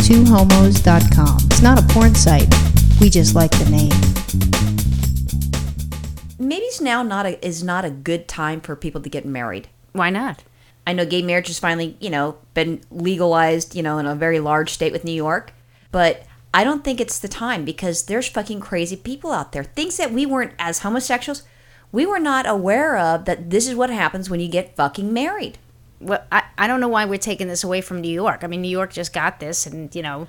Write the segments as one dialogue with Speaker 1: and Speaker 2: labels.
Speaker 1: twohomos.com. It's not a porn site. We just like the name.
Speaker 2: Maybe it's now not a, is not a good time for people to get married.
Speaker 3: Why not?
Speaker 2: I know gay marriage has finally, you know, been legalized, you know, in a very large state with New York, but I don't think it's the time because there's fucking crazy people out there. Things that we weren't as homosexuals, we were not aware of that this is what happens when you get fucking married.
Speaker 3: Well, I, I don't know why we're taking this away from New York. I mean, New York just got this, and you know,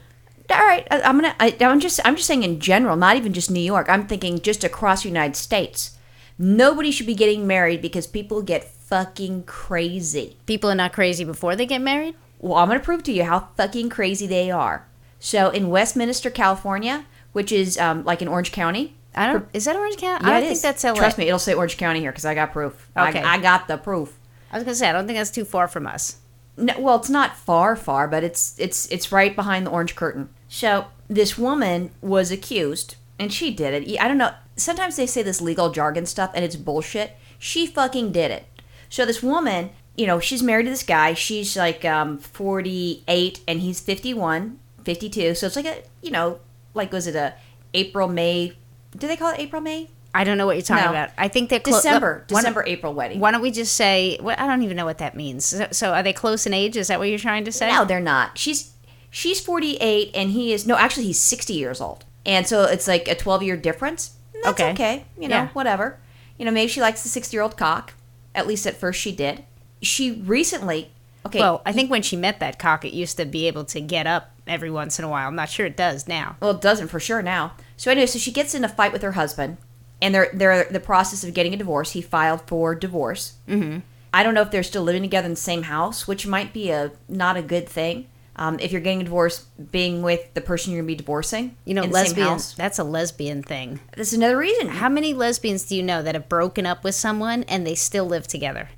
Speaker 2: All right, I, I'm gonna. I, I'm just. I'm just saying in general, not even just New York. I'm thinking just across the United States. Nobody should be getting married because people get fucking crazy.
Speaker 3: people are not crazy before they get married.
Speaker 2: Well, I'm going to prove to you how fucking crazy they are. So in Westminster, California, which is um, like in Orange County.
Speaker 3: I don't. Is that Orange County?
Speaker 2: Yeah,
Speaker 3: I
Speaker 2: it
Speaker 3: don't think
Speaker 2: is.
Speaker 3: that's LA.
Speaker 2: Trust me, it'll say Orange County here because I got proof. I-
Speaker 3: Okay.
Speaker 2: I, got the proof.
Speaker 3: I was gonna say I don't think that's too far from us.
Speaker 2: No, well, it's not far, far, but it's it's it's right behind the orange curtain. So this woman was accused, and she did it. I don't know. Sometimes they say this legal jargon stuff, and it's bullshit. She fucking did it. So this woman, you know, she's married to this guy. She's like um, 48, and he's 51, 52. So it's like a, you know, like was it a April May? Do they call it April May?
Speaker 3: I don't know what you're talking
Speaker 2: No.
Speaker 3: about. I think they're clo-
Speaker 2: December,
Speaker 3: Why don't-
Speaker 2: December, April wedding.
Speaker 3: Why don't we just say? Well, I don't even know what that means. So, so are they close in age? Is that what you're trying to say?
Speaker 2: No, they're not. She's she's 48 and he is no, actually he's 60 years old. And so it's like a 12 year difference. And That's
Speaker 3: Okay.
Speaker 2: okay. You know,
Speaker 3: Yeah.
Speaker 2: whatever. You know, maybe she likes the 60 year old cock. At least at first she did. She recently Okay.
Speaker 3: Well, I think when she met that cock, it used to be able to get up every once in a while. I'm not sure it does now.
Speaker 2: Well, it doesn't for sure now. So anyway, so she gets in a fight with her husband, and they're they're the process of getting a divorce. He filed for divorce. Mm-hmm. I don't know if they're still living together in the same house, which might be a not a good thing. Um, if you're getting a divorce, being with the person you're gonna be divorcing,
Speaker 3: You know,
Speaker 2: in the same
Speaker 3: lesbians.
Speaker 2: house.
Speaker 3: That's a lesbian thing.
Speaker 2: That's another reason.
Speaker 3: How many lesbians do you know that have broken up with someone and they still live together?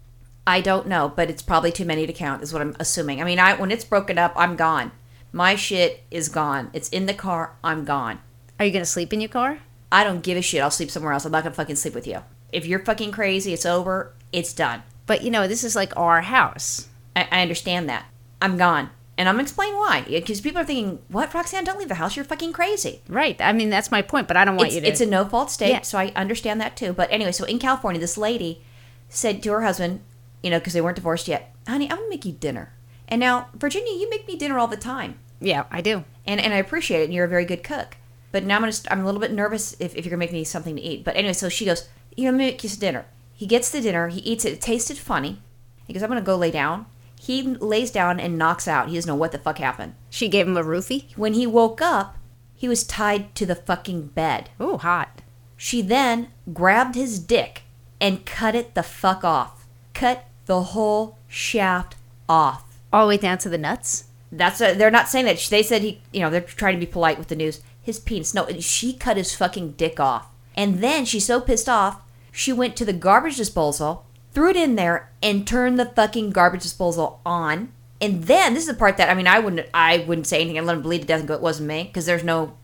Speaker 2: I don't know, but it's probably too many to count, is what I'm assuming. I mean, I when it's broken up, I'm gone. My shit is gone. It's in the car. I'm gone.
Speaker 3: Are you going to sleep in your car?
Speaker 2: I don't give a shit. I'll sleep somewhere else. I'm not gonna fucking sleep with you. If you're fucking crazy, it's over. It's done.
Speaker 3: But you know, this is like our house.
Speaker 2: I, I understand that. I'm gone. And I'm gonna explain why. Because people are thinking, what, Roxanne, don't leave the house. You're fucking crazy.
Speaker 3: Right. I mean, that's my point, but I don't want
Speaker 2: It's,
Speaker 3: you to.
Speaker 2: it's a no fault state.
Speaker 3: Yeah.
Speaker 2: So I understand that too. But anyway, so in California, this lady said to her husband, you know, because they weren't divorced yet, honey, I'm gonna make you dinner. And now, Virginia, you make me dinner all the time.
Speaker 3: yeah, I do.
Speaker 2: And, and I appreciate it. And you're a very good cook. But now I'm, gonna, st- I'm a little bit nervous if, if you're gonna make me something to eat. But anyway, so she goes, you know, I'm gonna make you some dinner. He gets the dinner. He eats it. It tasted funny. He goes, I'm gonna go lay down. He lays down and knocks out. He doesn't know what the fuck happened.
Speaker 3: She gave him a roofie.
Speaker 2: When he woke up, he was tied to the fucking bed.
Speaker 3: Ooh, hot.
Speaker 2: She then grabbed his dick and cut it the fuck off. Cut the whole shaft off.
Speaker 3: All the way down to the nuts.
Speaker 2: That's a, they're not saying that. They said he, you know, they're trying to be polite with the news. His penis. No, she cut his fucking dick off. And then she's so pissed off, she went to the garbage disposal, threw it in there, and turned the fucking garbage disposal on. And then this is the part that I mean, I wouldn't, I wouldn't say anything. I let him bleed to death and go, it wasn't me, because there's no,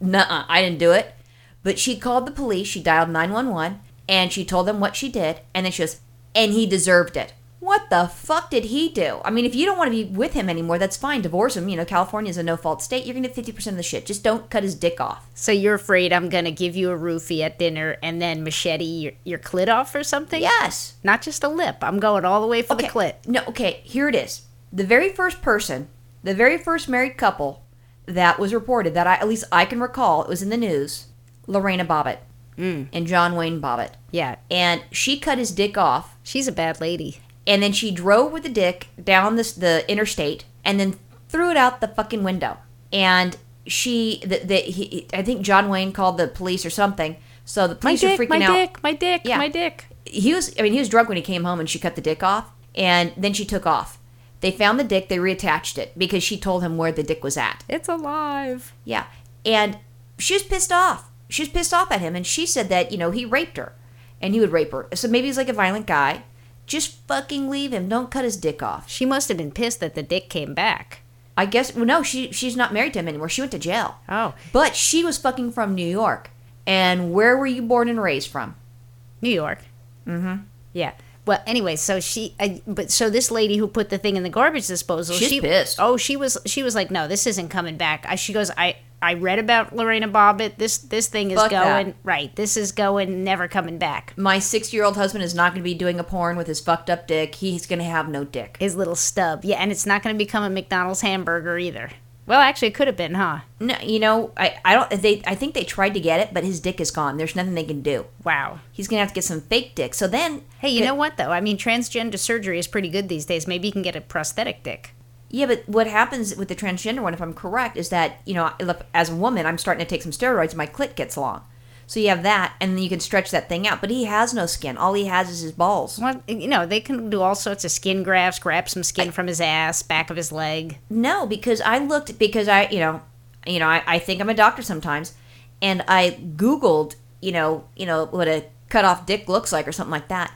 Speaker 2: nuh-uh, I didn't do it. But she called the police. She dialed nine one one, and she told them what she did. And then she goes, and he deserved it. What the fuck did he do? I mean, if you don't want to be with him anymore, that's fine. Divorce him. You know, California is a no fault state. You're going to get 50% of the shit. Just don't cut his dick off.
Speaker 3: So you're afraid I'm going to give you a roofie at dinner and then machete your, your clit off or something?
Speaker 2: Yes.
Speaker 3: Not just a lip. I'm going all the way for the clit.
Speaker 2: No, okay, here it is. The very first person, the very first married couple that was reported that I, at least I can recall, it was in the news Lorena Bobbitt and John Wayne Bobbitt.
Speaker 3: Yeah.
Speaker 2: And she cut his dick off
Speaker 3: She's a bad lady.
Speaker 2: and then she drove with the dick down this the interstate and then threw it out the fucking window and she the, the he, i think john wayne called the police or something so the police were freaking out
Speaker 3: my dick,
Speaker 2: Yeah. my
Speaker 3: dick.
Speaker 2: he was i mean he was drunk when he came home and she cut the dick off and then she took off they found the dick they reattached it because she told him where the dick was at
Speaker 3: It's alive.
Speaker 2: yeah. And she was pissed off. She was pissed off at him. And she said that, you know, he raped her and he would rape her. So maybe he's like a violent guy. Just fucking leave him. Don't cut his dick off.
Speaker 3: She must have been pissed that the dick came back.
Speaker 2: I guess, well, no, she, she's not married to him anymore. She went to jail.
Speaker 3: Oh,
Speaker 2: But she was fucking from New York. And where were you born and raised from?
Speaker 3: New York. Mm-hmm. Yeah. Well, anyway, so she, I, but so this lady who put the thing in the garbage disposal,
Speaker 2: She's
Speaker 3: she
Speaker 2: pissed.
Speaker 3: Oh, she was, she was like, no, this isn't coming back. I, she goes, I, I read about Lorena Bobbitt. This, this thing is
Speaker 2: Fuck that.
Speaker 3: going right. This is going, never coming back.
Speaker 2: My six year old husband is not going to be doing a porn with his fucked up dick. He's going to have no dick.
Speaker 3: His little stub, yeah, and it's not going to become a McDonald's hamburger either. Well, actually, it could have been, huh?
Speaker 2: No, you know, I, I don't. They, I think they tried to get it, but his dick is gone. There's nothing they can do.
Speaker 3: Wow.
Speaker 2: He's going to have to get some fake dick. So then,
Speaker 3: Hey, you know what though? I mean, transgender surgery is pretty good these days. Maybe you can get a prosthetic dick.
Speaker 2: yeah, but what happens with the transgender one, if I'm correct, is that you know, I- look, as a woman, I'm starting to take some steroids. My clit gets long, so you have that, and then you can stretch that thing out. But he has no skin. All he has is his balls.
Speaker 3: Well, you know, they can do all sorts of skin grafts, grab some skin from his ass, back of his leg.
Speaker 2: No, because I looked because I you know you know I, I think I'm a doctor sometimes, and I Googled you know you know what a cut off dick looks like or something like that,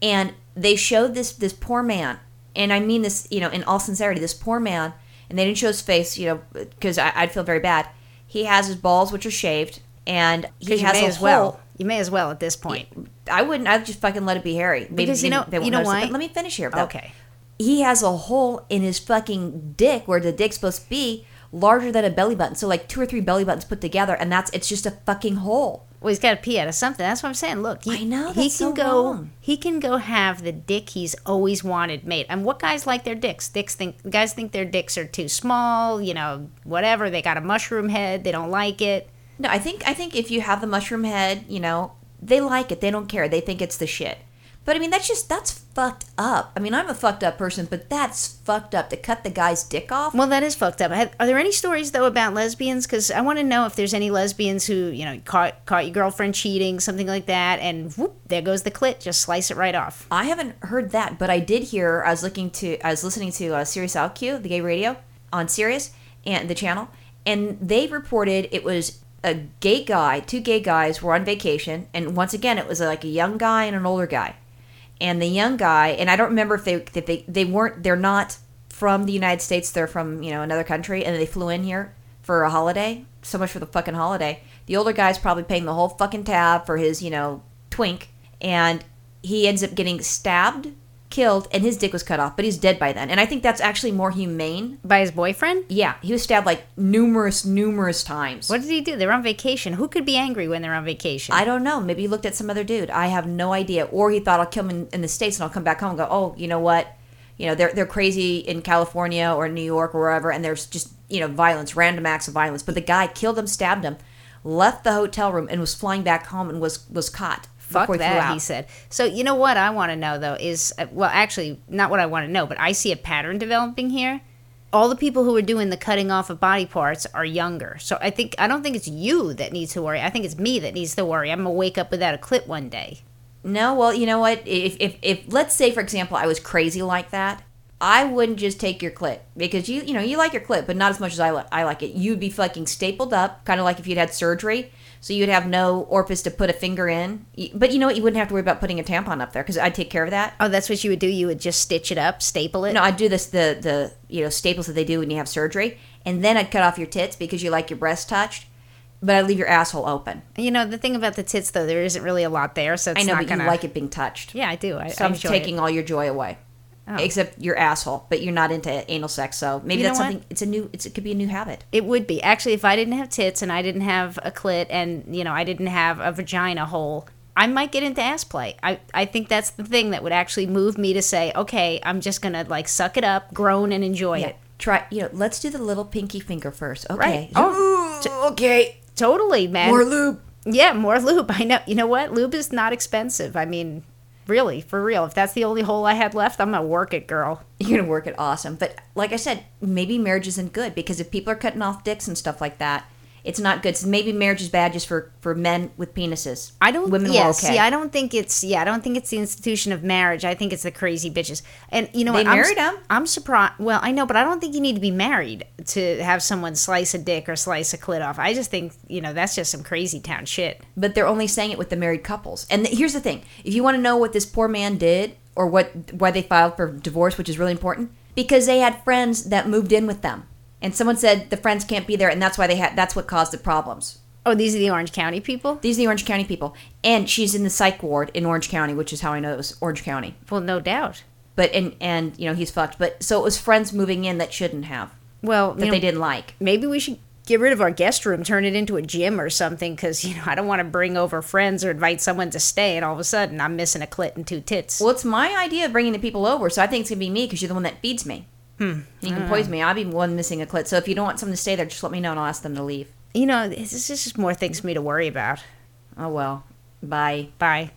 Speaker 2: and they showed this this poor man, and I mean this you know in all sincerity this poor man, and they didn't show his face you know because I'd feel very bad. He has his balls which are shaved, and he
Speaker 3: Because you
Speaker 2: has
Speaker 3: may
Speaker 2: a
Speaker 3: as well.
Speaker 2: hole.
Speaker 3: You may as well at this point.
Speaker 2: I wouldn't. I'd just fucking let it be hairy. Maybe
Speaker 3: Because you
Speaker 2: then
Speaker 3: know- you know
Speaker 2: notice
Speaker 3: why?
Speaker 2: It. But let me finish here. though
Speaker 3: Okay.
Speaker 2: he has a hole in his fucking dick where the dick's supposed to be larger than a belly button. So like two or three belly buttons put together, and that's it's just a fucking hole.
Speaker 3: Well, he's got to pee out of something. That's what I'm saying. Look, he,
Speaker 2: I know,
Speaker 3: he can
Speaker 2: that's so
Speaker 3: go.
Speaker 2: wrong.
Speaker 3: He can go have the dick he's always wanted made. And what guys like their dicks? Dicks think guys think their dicks are too small. You know, whatever. They got a mushroom head. They don't like it.
Speaker 2: No, I think I think if you have the mushroom head, you know they like it. They don't care. They think it's the shit. But I mean, that's just that's fucked up. I mean, I'm a fucked up person, but that's fucked up to cut the guy's dick off.
Speaker 3: Well, that is fucked up. Have- Are there any stories though about lesbians? Because I want to know if there's any lesbians who you know caught caught your girlfriend cheating, something like that, and whoop, there goes the clit. Just slice it right off.
Speaker 2: I haven't heard that, but I did hear. I was looking to, I was listening to uh, Sirius LQ, the gay radio on Sirius and the channel, and they reported it was a gay guy. Two gay guys were on vacation, and once again, it was uh, like a young guy and an older guy. And the young guy, and I don't remember if they if they they weren't they're not from the United States. They're from you know another country, and they flew in here for a holiday. So much for the fucking holiday. The older guy's probably paying the whole fucking tab for his you know twink, and he ends up getting stabbed, killed, and his dick was cut off, but he's dead by then. And I think that's actually more humane.
Speaker 3: By his boyfriend?
Speaker 2: Yeah, he was stabbed like numerous, numerous times.
Speaker 3: What did he do? They're on vacation. Who could be angry when they're on vacation?
Speaker 2: I don't know. Maybe he looked at some other dude. I have no idea. Or he thought I'll kill him in, in the states and I'll come back home and go, oh, you know what? You know they're they're crazy in California or New York or wherever, and there's just you know violence, random acts of violence. But the guy killed him, stabbed him, left the hotel room, and was flying back home and was was caught.
Speaker 3: Fuck
Speaker 2: before he flew
Speaker 3: that, he
Speaker 2: out.
Speaker 3: said. So you know what I want to know though is uh, well, actually not what I want to know, but I see a pattern developing here. All the people who are doing the cutting off of body parts are younger. So I think I don't think it's you that needs to worry. I think it's me that needs to worry. I'm gonna wake up without a clip one day.
Speaker 2: No, well, you know what? If, if, if let's say, for example, I was crazy like that, I wouldn't just take your clip because you, you know, you like your clip, but not as much as I, li- I like it. You'd be fucking stapled up, kind of like if you'd had surgery. So you'd have no orifice to put a finger in. Y- But you know what? You wouldn't have to worry about putting a tampon up there because I'd take care of that.
Speaker 3: Oh, that's what you would do. You would just stitch it up, staple it.
Speaker 2: No, I'd do this, the, the, you know, staples that they do when you have surgery. And then I'd cut off your tits because you like your breasts touched, but I'd leave your asshole open.
Speaker 3: You know the thing about the tits though, there isn't really a lot there, so it's
Speaker 2: I know,
Speaker 3: not
Speaker 2: but
Speaker 3: gonna.
Speaker 2: you like it being touched.
Speaker 3: Yeah, I do. I,
Speaker 2: So
Speaker 3: I
Speaker 2: I'm
Speaker 3: enjoy
Speaker 2: taking
Speaker 3: It. Oh.
Speaker 2: all your joy away, except your asshole. But you're not into anal sex, so maybe
Speaker 3: You know
Speaker 2: that's
Speaker 3: what?
Speaker 2: something. It's a new. It's, it could be a new habit.
Speaker 3: It would be actually if I didn't have tits and I didn't have a clit and you know I didn't have a vagina hole. I might get into ass play. I, I think that's the thing that would actually move me to say, okay, I'm just gonna like suck it up, groan, and enjoy it.
Speaker 2: Try. You know, let's do the little pinky finger first. Okay.
Speaker 3: Right? Oh,
Speaker 2: Ooh, okay.
Speaker 3: totally, man.
Speaker 2: More lube.
Speaker 3: yeah, more lube. I know. You know what? Lube is not expensive. I mean, really, for real. If that's the only hole I had left, I'm gonna work it, girl.
Speaker 2: You're gonna work it awesome. But like I said, maybe marriage isn't good because if people are cutting off dicks and stuff like that, it's not good. So maybe marriage is bad just for for men with penises.
Speaker 3: I don't.
Speaker 2: Women
Speaker 3: yeah,
Speaker 2: were okay.
Speaker 3: See, I don't think it's. Yeah, I don't think it's the institution of marriage. I think it's the crazy bitches. And you know,
Speaker 2: They
Speaker 3: what? I'm
Speaker 2: married
Speaker 3: s-
Speaker 2: 'em.
Speaker 3: I'm surprised. Well, I know, but I don't think you need to be married to have someone slice a dick or slice a clit off. I just think you know that's just some crazy town shit.
Speaker 2: but they're only saying it with the married couples. And th- here's the thing: if you want to know what this poor man did or what why they filed for divorce, which is really important, because they had friends that moved in with them, and someone said the friends can't be there, and that's why they had that's what caused the problems.
Speaker 3: Oh, these are the Orange County people?
Speaker 2: These are the Orange County people. And she's in the psych ward in Orange County, which is how I know it was Orange County.
Speaker 3: Well, no doubt.
Speaker 2: But and and you know, he's fucked. But so it was friends moving in that shouldn't have.
Speaker 3: Well,
Speaker 2: That
Speaker 3: you know,
Speaker 2: they didn't like.
Speaker 3: maybe we should get rid of our guest room, turn it into a gym or something, because, you know, I don't want to bring over friends or invite someone to stay, and all of a sudden I'm missing a clit and two tits.
Speaker 2: Well, it's my idea of bringing the people over, so I think it's gonna be me because you're the one that feeds me. Hmm. You can poison me. I'll be one missing a clit. So if you don't want someone to stay there, just let me know and I'll ask them to leave.
Speaker 3: you know, this is just more things for me to worry about.
Speaker 2: Oh well. Bye.
Speaker 3: Bye.